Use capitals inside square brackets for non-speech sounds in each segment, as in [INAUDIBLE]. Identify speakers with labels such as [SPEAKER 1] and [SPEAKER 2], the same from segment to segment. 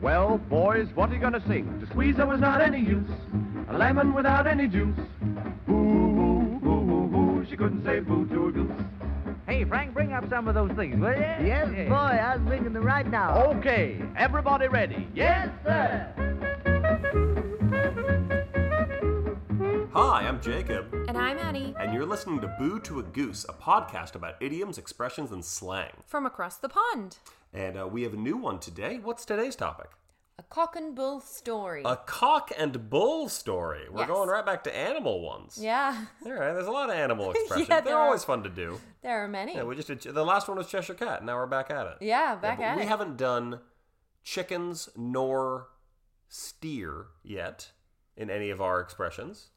[SPEAKER 1] Well, boys, what are you going to sing? The squeezer was not any use, a lemon without any juice. Boo, boo, boo, boo, boo. She couldn't say boo to a goose.
[SPEAKER 2] Hey, Frank, bring up some of those things, will you?
[SPEAKER 3] Yes, boy, I was thinking them right now.
[SPEAKER 1] Okay, everybody ready? Yes?
[SPEAKER 3] sir.
[SPEAKER 4] Hi, I'm Jacob,
[SPEAKER 5] And I'm Annie
[SPEAKER 4] and you're listening to Boo to a Goose, a podcast about idioms, expressions, and slang.
[SPEAKER 5] from across the pond.
[SPEAKER 4] And uh, we have a new one today. What's today's topic?
[SPEAKER 5] A cock and bull story.
[SPEAKER 4] A cock and bull story. We're
[SPEAKER 5] Yes.
[SPEAKER 4] going right back to animal ones.
[SPEAKER 5] yeah, [LAUGHS]
[SPEAKER 4] All right, there's a lot of animal expressions.
[SPEAKER 5] there
[SPEAKER 4] They're
[SPEAKER 5] are.
[SPEAKER 4] always fun to do.
[SPEAKER 5] there are many.
[SPEAKER 4] Yeah, we just did, the last one was Cheshire Cat. Now we're back at it.
[SPEAKER 5] Yeah, back
[SPEAKER 4] but
[SPEAKER 5] at
[SPEAKER 4] we
[SPEAKER 5] it.
[SPEAKER 4] haven't done chickens nor steer yet in any of our expressions.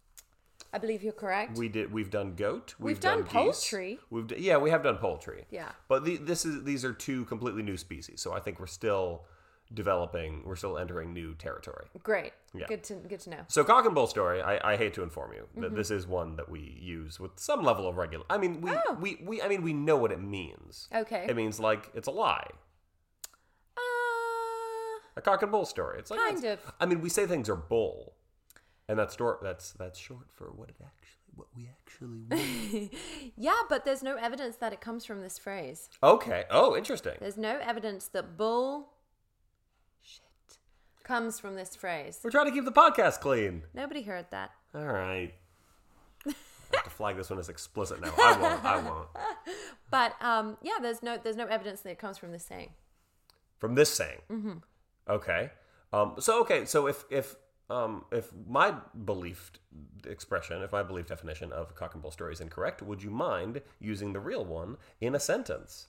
[SPEAKER 5] I believe you're correct.
[SPEAKER 4] We did. We've done goat.
[SPEAKER 5] We've done
[SPEAKER 4] geese,
[SPEAKER 5] poultry.
[SPEAKER 4] We've d- yeah, we have done poultry.
[SPEAKER 5] Yeah.
[SPEAKER 4] But the, this is these are two completely new species, so I think we're still developing. We're still entering new territory.
[SPEAKER 5] Great.
[SPEAKER 4] Yeah.
[SPEAKER 5] Good to good to know.
[SPEAKER 4] So cock and bull story. I, I hate to inform you
[SPEAKER 5] Mm-hmm.
[SPEAKER 4] that this is one that we use with some level of regular. I mean, we,
[SPEAKER 5] Oh.
[SPEAKER 4] we we I mean we know what it means.
[SPEAKER 5] Okay.
[SPEAKER 4] It means like it's a lie.
[SPEAKER 5] Uh,
[SPEAKER 4] A cock and bull story. It's like
[SPEAKER 5] Kind
[SPEAKER 4] it's-
[SPEAKER 5] of.
[SPEAKER 4] I mean, we say things are bull, and that's stor- that's that's short for what it actually what we actually want.
[SPEAKER 5] Uh, [LAUGHS] yeah, but there's no evidence that it comes from this phrase.
[SPEAKER 4] okay. Oh, interesting.
[SPEAKER 5] There's no evidence that bull shit comes from this phrase.
[SPEAKER 4] We're trying to keep the podcast clean.
[SPEAKER 5] Nobody heard that.
[SPEAKER 4] All right. I have to flag this one as explicit now. I won't. I won't.
[SPEAKER 5] But um, yeah, there's no there's no evidence that it comes from this saying.
[SPEAKER 4] from this saying. Okay. Um, so okay. So if if um, if my belief expression, if my belief definition of cock and bull story is incorrect, would you mind using the real one in a sentence?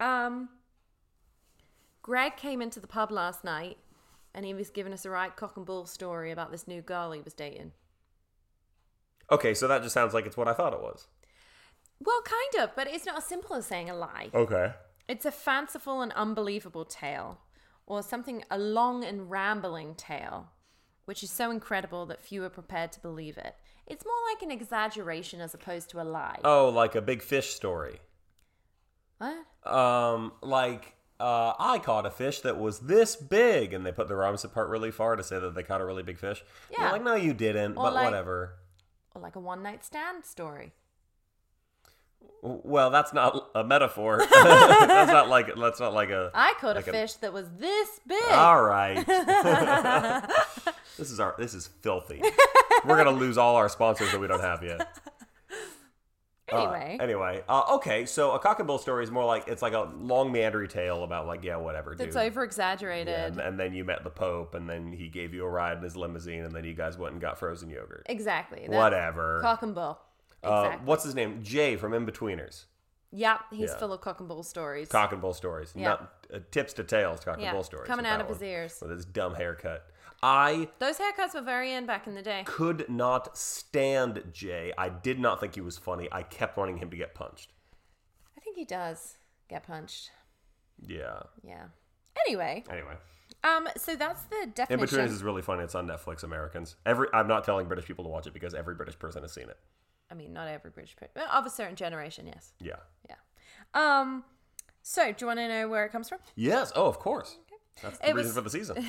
[SPEAKER 5] Um, Greg came into the pub last night and he was giving us a right cock and bull story about this new girl he was dating.
[SPEAKER 4] Okay. So that just sounds like it's what I thought it was.
[SPEAKER 5] Well, kind of, but it's not as simple as saying a lie.
[SPEAKER 4] Okay.
[SPEAKER 5] It's a fanciful and unbelievable tale, or something a long and rambling tale, which is so incredible that few are prepared to believe it. It's more like an exaggeration as opposed to a lie.
[SPEAKER 4] Oh, like a big fish story.
[SPEAKER 5] what?
[SPEAKER 4] Um, like. Uh, I caught a fish that was this big, and they put the Robinson part really far to say that they caught a really big fish. You're
[SPEAKER 5] Yeah.
[SPEAKER 4] like no, you didn't,
[SPEAKER 5] Or
[SPEAKER 4] but
[SPEAKER 5] like-
[SPEAKER 4] whatever.
[SPEAKER 5] Or like a one night stand story.
[SPEAKER 4] Well, that's not a
[SPEAKER 5] [LAUGHS]
[SPEAKER 4] metaphor. that's not like that's not like a.
[SPEAKER 5] I caught
[SPEAKER 4] Like
[SPEAKER 5] a
[SPEAKER 4] a-
[SPEAKER 5] fish that was this big.
[SPEAKER 4] All right.
[SPEAKER 5] [LAUGHS]
[SPEAKER 4] this is our this is filthy. We're gonna lose all our sponsors that we don't have
[SPEAKER 5] [LAUGHS]
[SPEAKER 4] yet. Uh,
[SPEAKER 5] Anyway.
[SPEAKER 4] anyway, uh, okay. So a cock and bull story is more like it's like a long meandering tale about like yeah whatever.
[SPEAKER 5] That's
[SPEAKER 4] dude.
[SPEAKER 5] over exaggerated.
[SPEAKER 4] Yeah, and, and then you met the Pope, and then he gave you a ride in his limousine, and then you guys went and got frozen yogurt.
[SPEAKER 5] Exactly. that's
[SPEAKER 4] Whatever.
[SPEAKER 5] Eh, Cock and bull.
[SPEAKER 4] Uh,
[SPEAKER 5] Exactly.
[SPEAKER 4] what's his name? Jay from In Betweeners.
[SPEAKER 5] Yep, he's
[SPEAKER 4] Yeah.
[SPEAKER 5] full of cock and bull stories.
[SPEAKER 4] Cock and bull stories,
[SPEAKER 5] Yeah.
[SPEAKER 4] not uh, tips to tails. Cock
[SPEAKER 5] Yeah,
[SPEAKER 4] and bull stories
[SPEAKER 5] coming
[SPEAKER 4] with
[SPEAKER 5] out
[SPEAKER 4] that
[SPEAKER 5] of his
[SPEAKER 4] one,
[SPEAKER 5] ears.
[SPEAKER 4] with his dumb haircut. I
[SPEAKER 5] Those haircuts were very in back in the day.
[SPEAKER 4] could not stand Jay. I did not think he was funny. I kept wanting him to get punched.
[SPEAKER 5] I think he does get punched.
[SPEAKER 4] Yeah.
[SPEAKER 5] Yeah. Anyway,
[SPEAKER 4] Anyway,
[SPEAKER 5] um, so that's the
[SPEAKER 4] In
[SPEAKER 5] definition.
[SPEAKER 4] Between is really funny. It's on Netflix. Americans. Every I'm not telling British people to watch it because every British person has seen it.
[SPEAKER 5] I mean, not every British person, well, of a certain generation, yes.
[SPEAKER 4] Yeah.
[SPEAKER 5] Yeah. Um, so do you want to know where it comes from? [LAUGHS]
[SPEAKER 4] Yes. Oh, of course. That's the
[SPEAKER 5] It
[SPEAKER 4] reason
[SPEAKER 5] was-
[SPEAKER 4] for the
[SPEAKER 5] [LAUGHS]
[SPEAKER 4] season.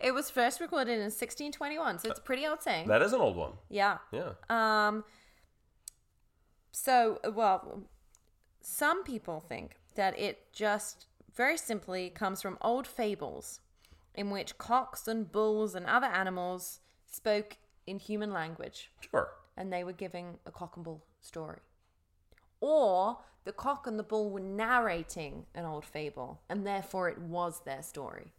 [SPEAKER 5] It was first recorded in 1621, so it's a pretty old saying.
[SPEAKER 4] that is an old one.
[SPEAKER 5] yeah.
[SPEAKER 4] Yeah.
[SPEAKER 5] Um, so, well, some people think that it just very simply comes from old fables in which cocks and bulls and other animals spoke in human language
[SPEAKER 4] Sure.
[SPEAKER 5] and they were giving a cock and bull story. Or the cock and the bull were narrating an old fable and therefore it was their story.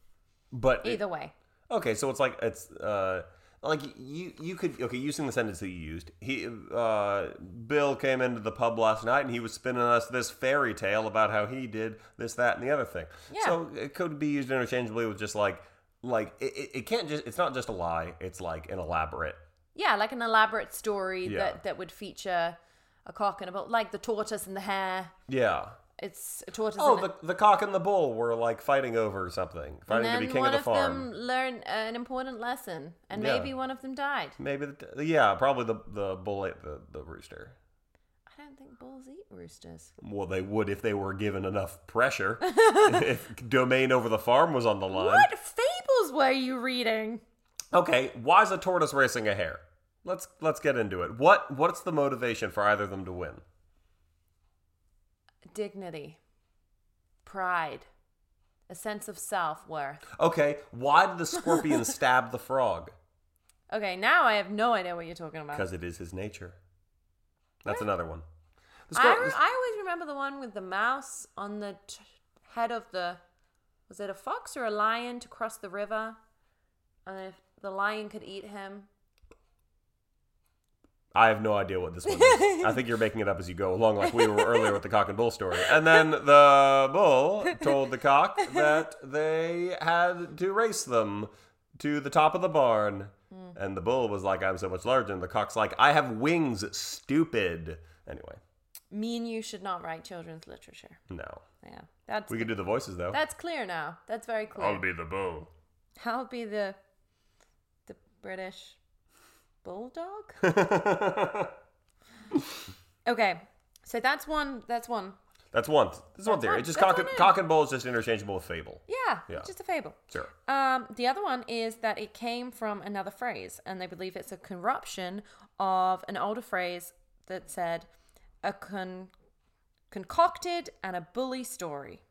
[SPEAKER 4] But
[SPEAKER 5] Either way.
[SPEAKER 4] Okay, so it's like it's uh like you you could okay using the sentence that you used. He uh Bill came into the pub last night and he was spinning us this fairy tale about how he did this that and the other thing.
[SPEAKER 5] Yeah.
[SPEAKER 4] So it could be used interchangeably with just like like it, it- it can't just it's not just a lie. It's like an elaborate.
[SPEAKER 5] Yeah, like an elaborate story
[SPEAKER 4] Yeah.
[SPEAKER 5] that, that would feature a cock and a bull, like the tortoise and the hare.
[SPEAKER 4] Yeah.
[SPEAKER 5] It's a tortoise.
[SPEAKER 4] Oh,
[SPEAKER 5] and a-
[SPEAKER 4] the, the cock and the bull were like fighting over something,
[SPEAKER 5] and
[SPEAKER 4] fighting to be
[SPEAKER 5] then
[SPEAKER 4] king
[SPEAKER 5] one
[SPEAKER 4] of the farm.
[SPEAKER 5] them learned uh, an important lesson, and
[SPEAKER 4] Yeah.
[SPEAKER 5] maybe one of them died.
[SPEAKER 4] Maybe the, yeah, probably the the bull ate the, the rooster.
[SPEAKER 5] I don't don't think bulls eat roosters.
[SPEAKER 4] Well, they would if they were given enough
[SPEAKER 5] [LAUGHS]
[SPEAKER 4] pressure. if domain over the farm was on the line.
[SPEAKER 5] What fables were you reading?
[SPEAKER 4] Okay, why is a tortoise racing a hare? Let's let's get into it. What what's the motivation for either of them to win?
[SPEAKER 5] Dignity, pride, a sense of self worth.
[SPEAKER 4] Okay, why did the scorpion
[SPEAKER 5] [LAUGHS]
[SPEAKER 4] stab the frog?
[SPEAKER 5] Okay, now I have no idea what you're talking about.
[SPEAKER 4] Because it is his nature. That's another one. The
[SPEAKER 5] I,
[SPEAKER 4] scor-
[SPEAKER 5] re-
[SPEAKER 4] the-
[SPEAKER 5] I always remember the one with the mouse on the t- head of the. Was it a fox or a lion to cross the river? And if the lion could eat him.
[SPEAKER 4] I have no idea what this one is. I think you're making it up as you go along, like we were earlier with the cock and bull story. And then the bull told the cock that they had to race them to the top of the barn. And the bull was like, I'm so much larger. And the cock's like, I have wings, stupid. Anyway,
[SPEAKER 5] Me and you should not write children's literature.
[SPEAKER 4] no.
[SPEAKER 5] Yeah, that's
[SPEAKER 4] We could do the voices, though.
[SPEAKER 5] that's clear now. That's very clear.
[SPEAKER 4] I'll be the bull.
[SPEAKER 5] I'll be the the British
[SPEAKER 4] [LAUGHS]
[SPEAKER 5] bulldog. okay, so that's one. That's one.
[SPEAKER 4] That's one. This is one
[SPEAKER 5] That's
[SPEAKER 4] theory.
[SPEAKER 5] one-
[SPEAKER 4] It's just
[SPEAKER 5] that's
[SPEAKER 4] cock,
[SPEAKER 5] one
[SPEAKER 4] and-
[SPEAKER 5] in.
[SPEAKER 4] cock and bull is just interchangeable with fable.
[SPEAKER 5] Yeah,
[SPEAKER 4] Yeah.
[SPEAKER 5] just a fable.
[SPEAKER 4] Sure.
[SPEAKER 5] Um, the other one is that it came from another phrase, and they believe it's a corruption of an older phrase that said a con- concocted and a bully story.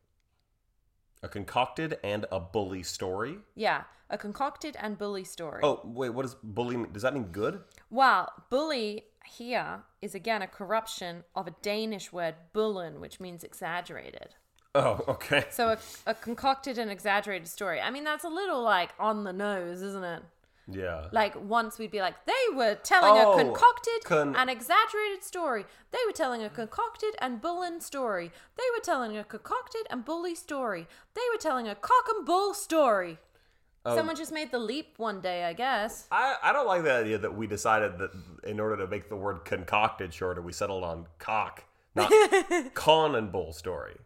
[SPEAKER 4] A concocted and a bully story.
[SPEAKER 5] Yeah, a concocted and bully story.
[SPEAKER 4] Oh, wait, what does bully mean? Does that mean good?
[SPEAKER 5] Well, bully here is again a corruption of a Danish word bullen, which means exaggerated.
[SPEAKER 4] Oh, [LAUGHS] okay.
[SPEAKER 5] So a, a concocted and exaggerated story. I mean, that's a little like on the nose, isn't it?
[SPEAKER 4] Yeah.
[SPEAKER 5] Like once we'd be like, they were telling
[SPEAKER 4] Oh,
[SPEAKER 5] a concocted
[SPEAKER 4] con-
[SPEAKER 5] and exaggerated story. They were telling a concocted and bullen story. They were telling a concocted and bully story. They were telling a cock and bull story.
[SPEAKER 4] Oh.
[SPEAKER 5] Someone just made the leap one day, I guess.
[SPEAKER 4] I, I don't like the idea that we decided that in order to make the word concocted shorter, we settled on cock,
[SPEAKER 5] [LAUGHS]
[SPEAKER 4] not con and bull story.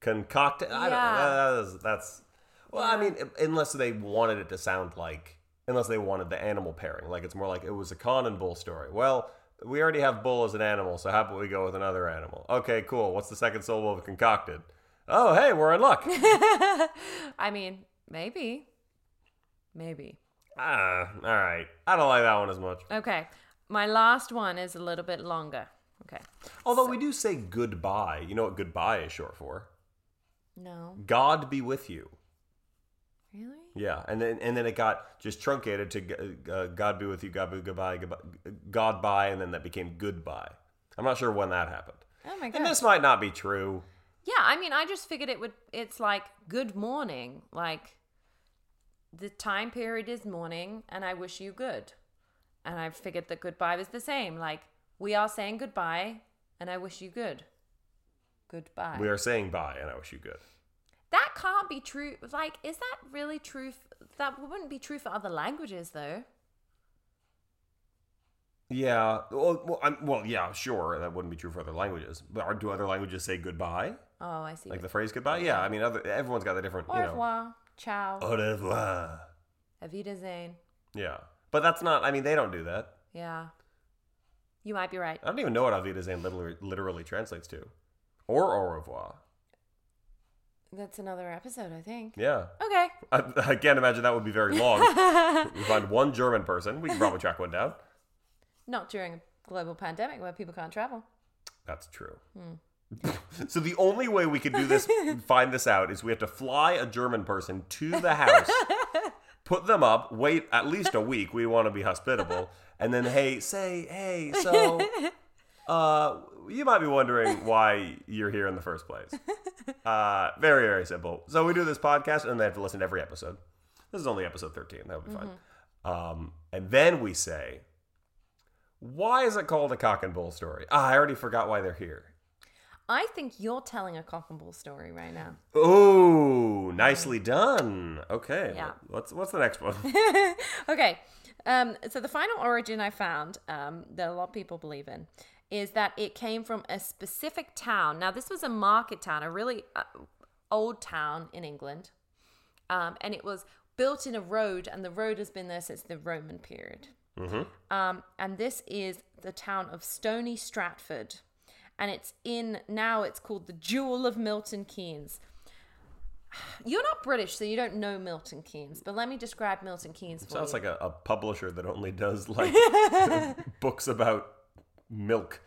[SPEAKER 4] Concocted. I
[SPEAKER 5] Yeah.
[SPEAKER 4] don't know. That's, that's well, I mean, unless they wanted it to sound like, unless they wanted the animal pairing, like it's more like it was a con and bull story. Well, we already have bull as an animal, so how about we go with another animal? Okay, cool. What's the second syllable of concocted? Oh, hey, we're in
[SPEAKER 5] [LAUGHS]
[SPEAKER 4] luck.
[SPEAKER 5] I mean, maybe. Maybe.
[SPEAKER 4] ah, all right. I don't like that one as much.
[SPEAKER 5] Okay. My last one is a little bit longer. Okay.
[SPEAKER 4] Although we do say goodbye, you know what goodbye is short for?
[SPEAKER 5] No.
[SPEAKER 4] God be with you.
[SPEAKER 5] Really?
[SPEAKER 4] Yeah, and then and then it got just truncated to g- uh, God be with you, God be goodbye, goodbye, God bye, and then that became goodbye. I'm not sure when that happened.
[SPEAKER 5] Oh my god.
[SPEAKER 4] And this might not be true.
[SPEAKER 5] yeah, I mean, I just figured it would it's like good morning, like the time period is morning and I wish you good. And I figured that goodbye was the same, like we are saying goodbye and I wish you good. Goodbye.
[SPEAKER 4] We are saying bye, and I wish you good.
[SPEAKER 5] that can't be true. Like, is that really true? f- that wouldn't be true for other languages, though.
[SPEAKER 4] Yeah. Well, well, I'm, well, yeah, sure. That wouldn't be true for other languages. But are, do other languages say goodbye?
[SPEAKER 5] Oh, I see.
[SPEAKER 4] Like the phrase goodbye? Yeah. I mean, other everyone's got the different.
[SPEAKER 5] Au
[SPEAKER 4] you know, Uh,
[SPEAKER 5] revoir, ciao,
[SPEAKER 4] au revoir.
[SPEAKER 5] auf Wiedersehen.
[SPEAKER 4] Yeah. But that's not. I mean, they don't do that.
[SPEAKER 5] Yeah, you might be right.
[SPEAKER 4] I don't even know what Avida Zane literally, literally translates to. Or au revoir.
[SPEAKER 5] That's another episode, I think.
[SPEAKER 4] Yeah.
[SPEAKER 5] Okay,
[SPEAKER 4] I, I can't imagine that would be very long. we find one German person. We can probably track one down.
[SPEAKER 5] not during a global pandemic where people can't travel.
[SPEAKER 4] That's true. [LAUGHS] so the only way we could do this, find this out, is we have to fly a German person to the house, put them up, wait at least a week. We want to be hospitable, and then hey, say hey, so. Uh, you might be wondering why you're here in the first place. Uh, very, very simple. So we do this podcast, and they have to listen to every episode. This is only episode 13. That would be fine. Um, and then we say, why is it called a cock and bull story? Ah, I already forgot why they're here.
[SPEAKER 5] I think you're telling a cock and bull story right now.
[SPEAKER 4] Oh, nicely done. Okay.
[SPEAKER 5] Yeah.
[SPEAKER 4] What's what's the
[SPEAKER 5] [LAUGHS]
[SPEAKER 4] next one?
[SPEAKER 5] okay. Um, so the final origin I found um, that a lot of people believe in is that it came from a specific town. Now this was a market town, a really uh, old town in England, um, and it was built in a road, and the road has been there since the
[SPEAKER 4] Mm-hmm.
[SPEAKER 5] Roman period. Um, and this is the town of Stony Stratford. and it's in now it's called the Jewel of Milton Keynes. [SIGHS] You're not British, so you don't know Milton Keynes, but let me describe Milton Keynes for
[SPEAKER 4] Sounds
[SPEAKER 5] you.
[SPEAKER 4] like a, a publisher that only
[SPEAKER 5] [LAUGHS]
[SPEAKER 4] does like books about milk.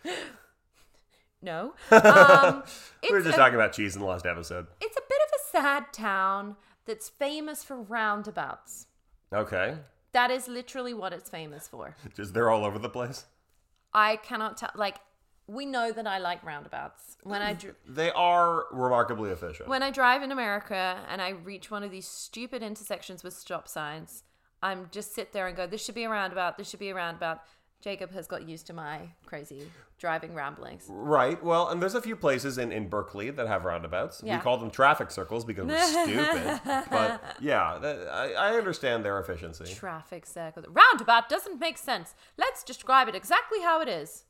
[SPEAKER 4] [LAUGHS]
[SPEAKER 5] no. Um,
[SPEAKER 4] we were
[SPEAKER 5] it's
[SPEAKER 4] just
[SPEAKER 5] a-
[SPEAKER 4] talking about cheese in the last episode.
[SPEAKER 5] it's a bit of a sad town that's famous for roundabouts.
[SPEAKER 4] Okay.
[SPEAKER 5] That is literally what it's famous for.
[SPEAKER 4] Just they're all over the place.
[SPEAKER 5] I cannot tell. Like, we know that I like roundabouts. When I dr-
[SPEAKER 4] They are remarkably efficient.
[SPEAKER 5] when I drive in America and I reach one of these stupid intersections with stop signs, I'm just sit there and go, "This should be a roundabout. This should be a roundabout." Jacob has got used to my crazy driving ramblings.
[SPEAKER 4] Right. Well, and there's a few places in, in Berkeley that have roundabouts.
[SPEAKER 5] Yeah.
[SPEAKER 4] We call them traffic circles because we're stupid.
[SPEAKER 5] [LAUGHS]
[SPEAKER 4] But yeah, that, I, I understand their efficiency.
[SPEAKER 5] Traffic circle. Roundabout doesn't make sense. Let's describe it exactly how it is.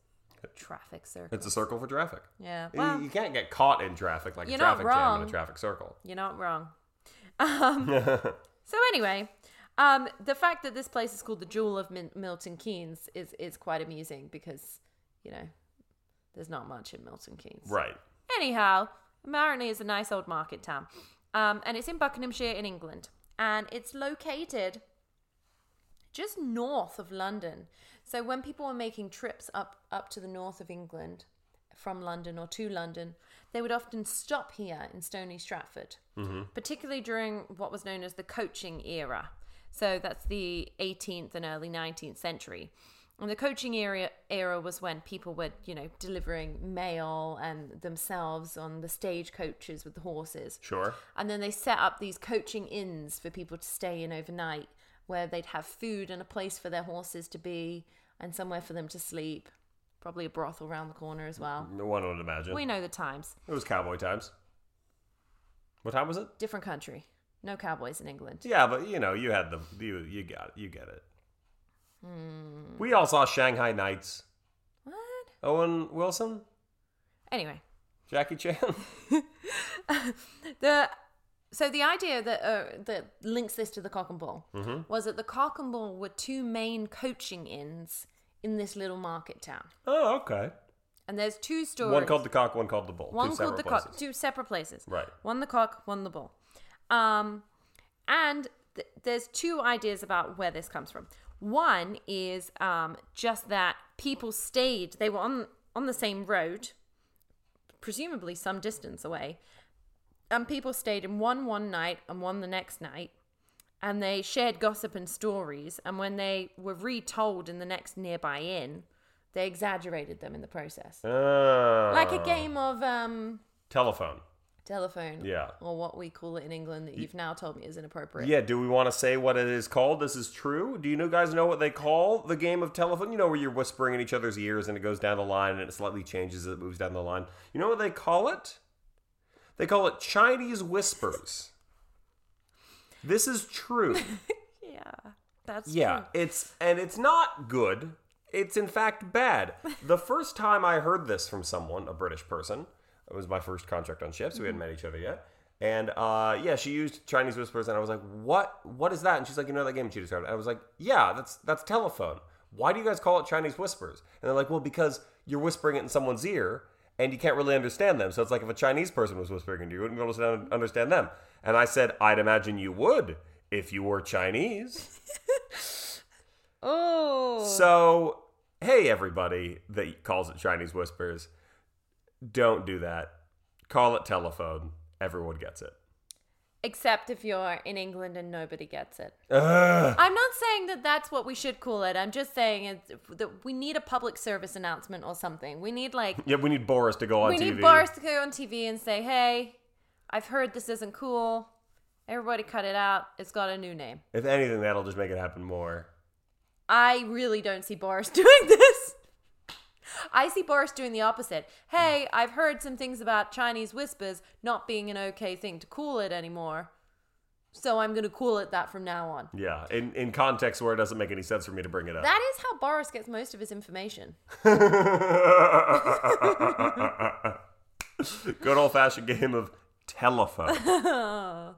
[SPEAKER 5] Traffic circle.
[SPEAKER 4] It's a circle for traffic.
[SPEAKER 5] Yeah.
[SPEAKER 4] You-
[SPEAKER 5] Well,
[SPEAKER 4] you can't get caught in traffic like a
[SPEAKER 5] You're not
[SPEAKER 4] traffic jam in
[SPEAKER 5] wrong.
[SPEAKER 4] a traffic circle.
[SPEAKER 5] You're not wrong. [LAUGHS] Um, so anyway, um, the fact that this place is called the Jewel of Min- Milton Keynes is is quite amusing because you know there's not much in Milton [LAUGHS] Keynes.
[SPEAKER 4] Right.
[SPEAKER 5] Anyhow, Marigny is a nice old market town, um, and it's in Buckinghamshire in England, and it's located just north of London. So when people were making trips up up to the north of England from London or to London, they would often stop here in Stony Stratford, particularly during what was known as the coaching era. So that's the 18th and early 19th century. And the coaching era, era was when people were, you know, delivering mail and themselves on the stage coaches with the horses.
[SPEAKER 4] Sure.
[SPEAKER 5] And then they set up these coaching inns for people to stay in overnight, where they'd have food and a place for their horses to be and somewhere for them to sleep. Probably a brothel round the corner as well.
[SPEAKER 4] One would imagine.
[SPEAKER 5] We know the times.
[SPEAKER 4] It was cowboy times. What time was it?
[SPEAKER 5] Different country. No cowboys in England.
[SPEAKER 4] Yeah, but you know, you had the you you got it, you get it.
[SPEAKER 5] Hmm.
[SPEAKER 4] We all saw Shanghai Nights.
[SPEAKER 5] What?
[SPEAKER 4] Owen Wilson,
[SPEAKER 5] Anyway,
[SPEAKER 4] Jackie Chan. [LAUGHS]
[SPEAKER 5] the so the idea that uh, that links this to the cock and bull
[SPEAKER 4] Mm-hmm.
[SPEAKER 5] was that the cock and bull were two main coaching inns in this little market town,
[SPEAKER 4] oh, okay.
[SPEAKER 5] and there's two stories.
[SPEAKER 4] One called the cock, one called the bull.
[SPEAKER 5] one
[SPEAKER 4] Two
[SPEAKER 5] called
[SPEAKER 4] separate
[SPEAKER 5] the
[SPEAKER 4] places.
[SPEAKER 5] cock two separate places
[SPEAKER 4] Right.
[SPEAKER 5] one the cock one the bull um and th- there's two ideas about where this comes from one is um just that people stayed they were on on the same road presumably some distance away and people stayed in one one night and one the next night and they shared gossip and stories and when they were retold in the next nearby inn they exaggerated them in the process
[SPEAKER 4] Ah.
[SPEAKER 5] like a game of um
[SPEAKER 4] Telephone.
[SPEAKER 5] telephone.
[SPEAKER 4] Yeah.
[SPEAKER 5] Or what we call it in England that you've now told me is inappropriate.
[SPEAKER 4] Yeah, do we want to say what it is called? This is true. Do you know guys know what they call the game of telephone? You know where you're whispering in each other's ears and it goes down the line and it slightly changes as it moves down the line. You know what they call it? They call it Chinese whispers. this is true.
[SPEAKER 5] Yeah. That's
[SPEAKER 4] Yeah,
[SPEAKER 5] true.
[SPEAKER 4] it's and it's not good. It's in fact
[SPEAKER 5] [LAUGHS]
[SPEAKER 4] bad. The first time I heard this from someone, a British person, it was my first contract on ships. We hadn't met each other yet, and uh, yeah, she used Chinese whispers, and I was like, "What? What is that?" And she's like, "You know that game?" And she described it. I was like, "Yeah, that's that's telephone. Why do you guys call it Chinese whispers?" And they're like, "Well, because you're whispering it in someone's ear." And you can't really understand them. So it's like if a Chinese person was whispering to you, you wouldn't be able to understand them. And I said, I'd imagine you would if you were Chinese.
[SPEAKER 5] Oh.
[SPEAKER 4] So, hey, everybody that calls it Chinese whispers, don't do that. Call it telephone. Everyone gets it.
[SPEAKER 5] Except if you're in England and nobody gets it.
[SPEAKER 4] Ugh.
[SPEAKER 5] I'm not saying that that's what we should call it. I'm just saying it's, that we need a public service announcement or something. We need like
[SPEAKER 4] Yeah, we need Boris to go on
[SPEAKER 5] we
[SPEAKER 4] TV.
[SPEAKER 5] need bars to go on TV and say, "Hey, I've heard this isn't cool. Everybody cut it out. It's got a new name."
[SPEAKER 4] If anything, that'll just make it happen more.
[SPEAKER 5] I really don't see Boris [LAUGHS] doing this. I see Boris doing the opposite. Hey, I've heard some things about Chinese whispers not being an okay thing to call it anymore. So I'm going to call it that from now on.
[SPEAKER 4] Yeah, in, in context where it doesn't make any sense for me to bring it up.
[SPEAKER 5] That is how Boris gets most of his information.
[SPEAKER 4] [LAUGHS] Good old fashioned game of telephone.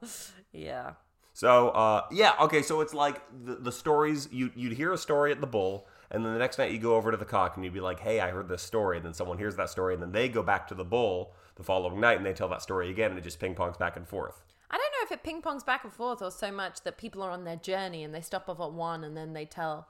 [SPEAKER 5] Yeah.
[SPEAKER 4] So uh, yeah, okay. So it's like the, the stories you you'd hear a story at the bull, And then the next night you go over to the cock and you'd be like, hey, I heard this story. And then someone hears that story and then they go back to the bull the following night and they tell that story again and it just ping pongs back and forth.
[SPEAKER 5] I don't know if it ping pongs back and forth or so much that people are on their journey and they stop off at one and then they tell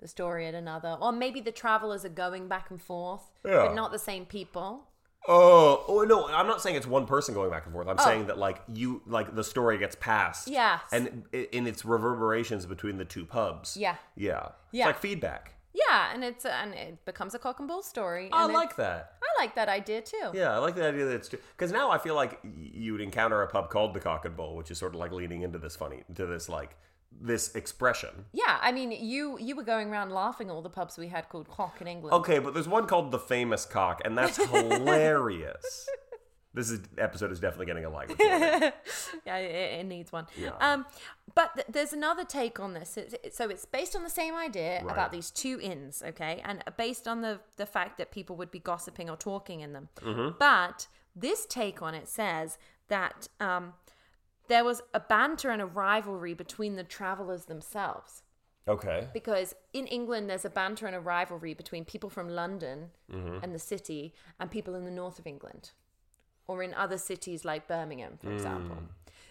[SPEAKER 5] the story at another. Or maybe the travelers are going back and forth,
[SPEAKER 4] Yeah.
[SPEAKER 5] but not the same people.
[SPEAKER 4] Oh, oh no! I'm not saying it's one person going back and forth. I'm saying that like you, like the story gets passed,
[SPEAKER 5] Oh. Yes.
[SPEAKER 4] and i- in its reverberations between the two pubs,
[SPEAKER 5] Yeah.
[SPEAKER 4] yeah,
[SPEAKER 5] Yeah.
[SPEAKER 4] It's like feedback.
[SPEAKER 5] Yeah, and it's uh, and it becomes a cock and bull story. and
[SPEAKER 4] I
[SPEAKER 5] it-
[SPEAKER 4] like that.
[SPEAKER 5] I like that idea too.
[SPEAKER 4] Yeah, I like the idea that it's because now I feel like y- you'd encounter a pub called the Cock and Bull, which is sort of like leaning into this funny, to this like this expression.
[SPEAKER 5] Yeah, I mean, you you were going around laughing at all the pubs we had called cock in England.
[SPEAKER 4] Okay, but there's one called the Famous Cock, and
[SPEAKER 5] [LAUGHS]
[SPEAKER 4] that's hilarious. This is, episode is definitely getting a like.
[SPEAKER 5] [LAUGHS] yeah, it, it needs one. Um, but th- there's another take on this. It's, it- so it's based on the same idea
[SPEAKER 4] Right.
[SPEAKER 5] about these two inns, okay, and based on the the fact that people would be gossiping or talking in them.
[SPEAKER 4] Mm-hmm.
[SPEAKER 5] But this take on it says that um, there was a banter and a rivalry between the travelers themselves.
[SPEAKER 4] Okay,
[SPEAKER 5] because in England there's a banter and a rivalry between people from London and the city and people in the north of England or in other cities like Birmingham for example.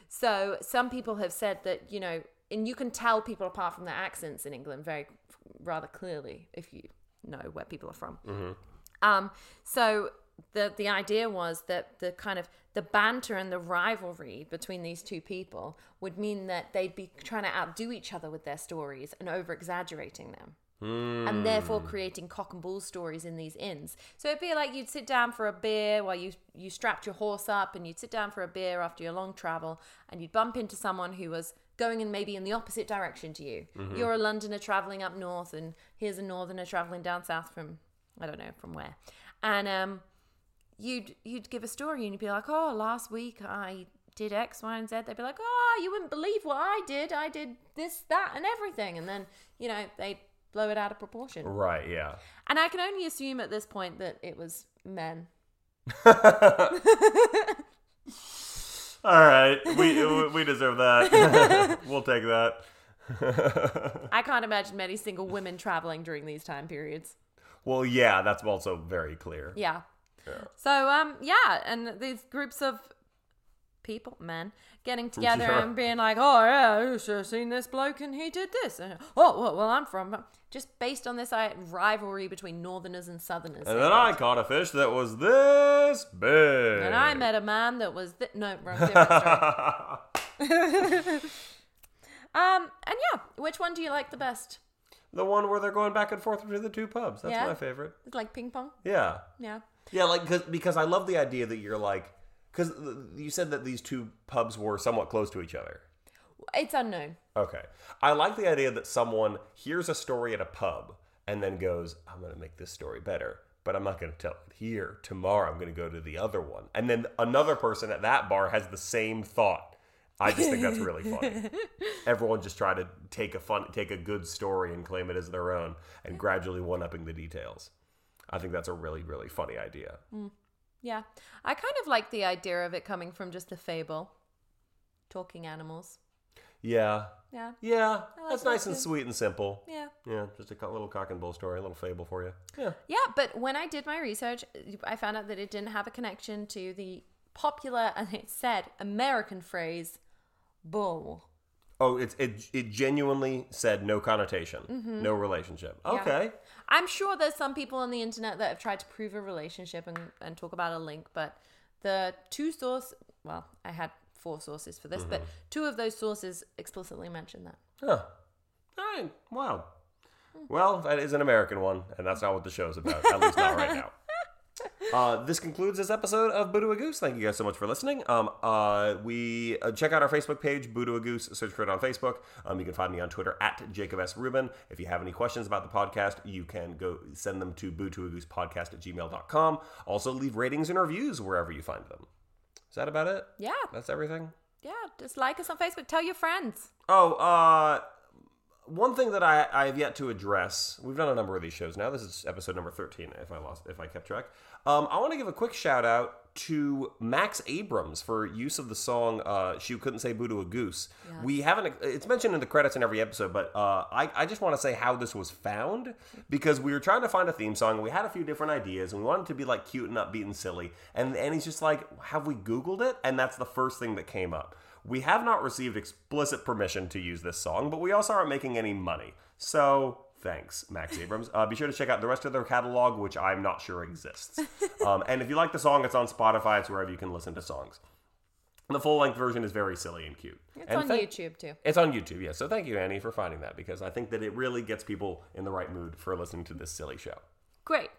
[SPEAKER 5] So some people have said that you know and you can tell people apart from their accents in England very rather clearly if you know where people are from. Um, so the the idea was that the kind of the banter and the rivalry between these two people would mean that they'd be trying to outdo each other with their stories and over exaggerating them. And therefore creating cock and bull stories in these inns. So it'd be like you'd sit down for a beer while you you strapped your horse up and you'd sit down for a beer after your long travel and you'd bump into someone who was going in maybe in the opposite direction to you. You're a Londoner traveling up north and here's a northerner traveling down south from I don't know from where. And um, you'd you'd give a story and you'd be like, oh, last week I did X, Y, and Z. They'd be like, oh, you wouldn't believe what I did. I did this, that, and everything. And then you know they'd blow it out of proportion.
[SPEAKER 4] right, yeah.
[SPEAKER 5] And I can only assume at this point that it was men.
[SPEAKER 4] All right, we we- we deserve that. [LAUGHS] we'll take that.
[SPEAKER 5] I can't imagine many single women traveling during these time periods.
[SPEAKER 4] Well, yeah, that's also very clear.
[SPEAKER 5] Yeah. So um yeah, and these groups of people, men, getting together
[SPEAKER 4] [LAUGHS] Yeah.
[SPEAKER 5] and being like, oh yeah, you should have seen this bloke and he did this, and oh well, well I'm from just based on this I, rivalry between Northerners and Southerners.
[SPEAKER 4] And then I caught a fish that was this big.
[SPEAKER 5] And I met a man that was th- no wrong different story. Um and yeah, which one do you like the best?
[SPEAKER 4] [LAUGHS] the one where they're going back and forth between the two pubs. That's
[SPEAKER 5] Yeah.
[SPEAKER 4] my favorite.
[SPEAKER 5] It's like ping pong.
[SPEAKER 4] Yeah.
[SPEAKER 5] Yeah.
[SPEAKER 4] Yeah, like cause, because I love the idea that you're like because you said that these two pubs were somewhat close to each other.
[SPEAKER 5] It's unknown.
[SPEAKER 4] Okay. I like the idea that someone hears a story at a pub and then goes, I'm going to make this story better, but I'm not going to tell it here. Tomorrow I'm going to go to the other one. And then another person at that bar has the same thought. I just think that's really [LAUGHS] funny. Everyone just try to take a fun, take a good story and claim it as their own, and gradually one upping the details. I think that's a really, really funny idea.
[SPEAKER 5] Yeah. I kind of like the idea of it coming from just a fable. Talking animals.
[SPEAKER 4] Yeah,
[SPEAKER 5] Yeah.
[SPEAKER 4] yeah,
[SPEAKER 5] like
[SPEAKER 4] that's
[SPEAKER 5] that
[SPEAKER 4] nice and
[SPEAKER 5] too.
[SPEAKER 4] sweet and simple.
[SPEAKER 5] Yeah.
[SPEAKER 4] Yeah, just a co- little cock and bull story, a little fable for you. Yeah.
[SPEAKER 5] Yeah, but when I did my research, I found out that it didn't have a connection to the popular [LAUGHS] and it said American phrase bull.
[SPEAKER 4] Oh, it's it, it genuinely said no connotation,
[SPEAKER 5] Mm-hmm.
[SPEAKER 4] no relationship. Okay.
[SPEAKER 5] I'm sure there's some people on the internet that have tried to prove a relationship and, and talk about a link, but the two source well, I had four sources for this, but two of those sources explicitly mentioned that.
[SPEAKER 4] Huh. All right. Wow. Well, that is an American one, and that's not what the show's about, at least not right now. Uh, this concludes this episode of Boo to a Goose. Thank you guys so much for listening. Um, uh, we uh, check out our Facebook page, Boo to a Goose. Search for it on Facebook. Um, you can find me on Twitter at Jacob S. Rubin. If you have any questions about the podcast, you can go send them to boo to a goose podcast at gmail.com. Also, leave ratings and reviews wherever you find them. Is that about it?
[SPEAKER 5] Yeah.
[SPEAKER 4] That's everything.
[SPEAKER 5] Yeah. Just like us on Facebook. Tell your friends.
[SPEAKER 4] Oh, uh, one thing that I, I have yet to address. We've done a number of these shows now. This is episode number thirteen. If I lost, if I kept track, um, I want to give a quick shout out to Max Abrams for use of the song uh, "She Couldn't Say Boo to a Goose." We haven't. It's mentioned in the credits in every episode, but uh, I, I just want to say how this was found because we were trying to find a theme song and we had a few different ideas and we wanted to be like cute and upbeat and silly. And and he's just like, "Have we Googled it?" And that's the first thing that came up. We have not received explicit permission to use this song, but we also aren't making any money. So thanks,
[SPEAKER 5] [LAUGHS]
[SPEAKER 4] Max Abrams. Uh, be sure to check out the rest of their catalog, which I'm not sure exists. Um, and if you like the song, it's on Spotify, it's wherever you can listen to songs. The full length version is very silly and cute.
[SPEAKER 5] It's
[SPEAKER 4] And
[SPEAKER 5] on
[SPEAKER 4] thank-
[SPEAKER 5] YouTube too.
[SPEAKER 4] It's on YouTube, yeah. So thank you, Annie, for finding that because I think that it really gets people in the right mood for listening to this silly show.
[SPEAKER 5] Great.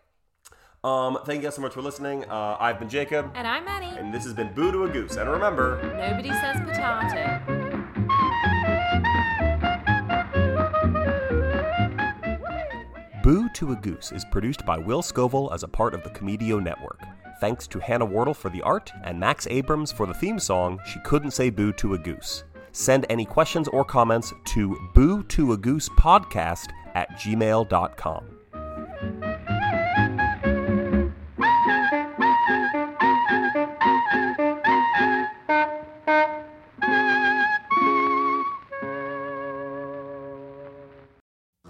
[SPEAKER 4] Um, thank you guys so much for listening. Uh, I've been Jacob,
[SPEAKER 5] And I'm Annie.
[SPEAKER 4] and this has been Boo to a Goose. And remember,
[SPEAKER 5] Nobody says potato.
[SPEAKER 4] Boo to a Goose is produced by Will Scoville as a part of the Comedio Network. Thanks to Hannah Wardle for the art and Max Abrams for the theme song, She Couldn't Say Boo to a Goose. Send any questions or comments to boo to a goose podcast at gmail.com.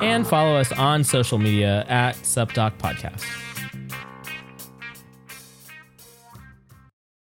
[SPEAKER 6] And follow us on social media at Subdoc Podcast.